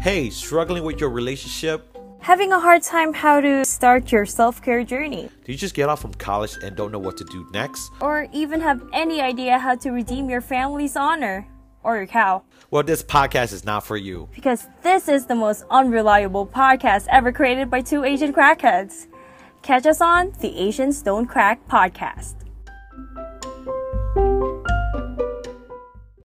Hey, struggling with your relationship? Having a hard time how to start your self care journey, Do you just get off from college and don't know what to do next? or even have any idea how to redeem your family's honor or your cow. Well, this podcast is not for you. Because this is the most unreliable podcast ever created by two Asian crackheads. Catch us on the Asians Don't Crack podcast.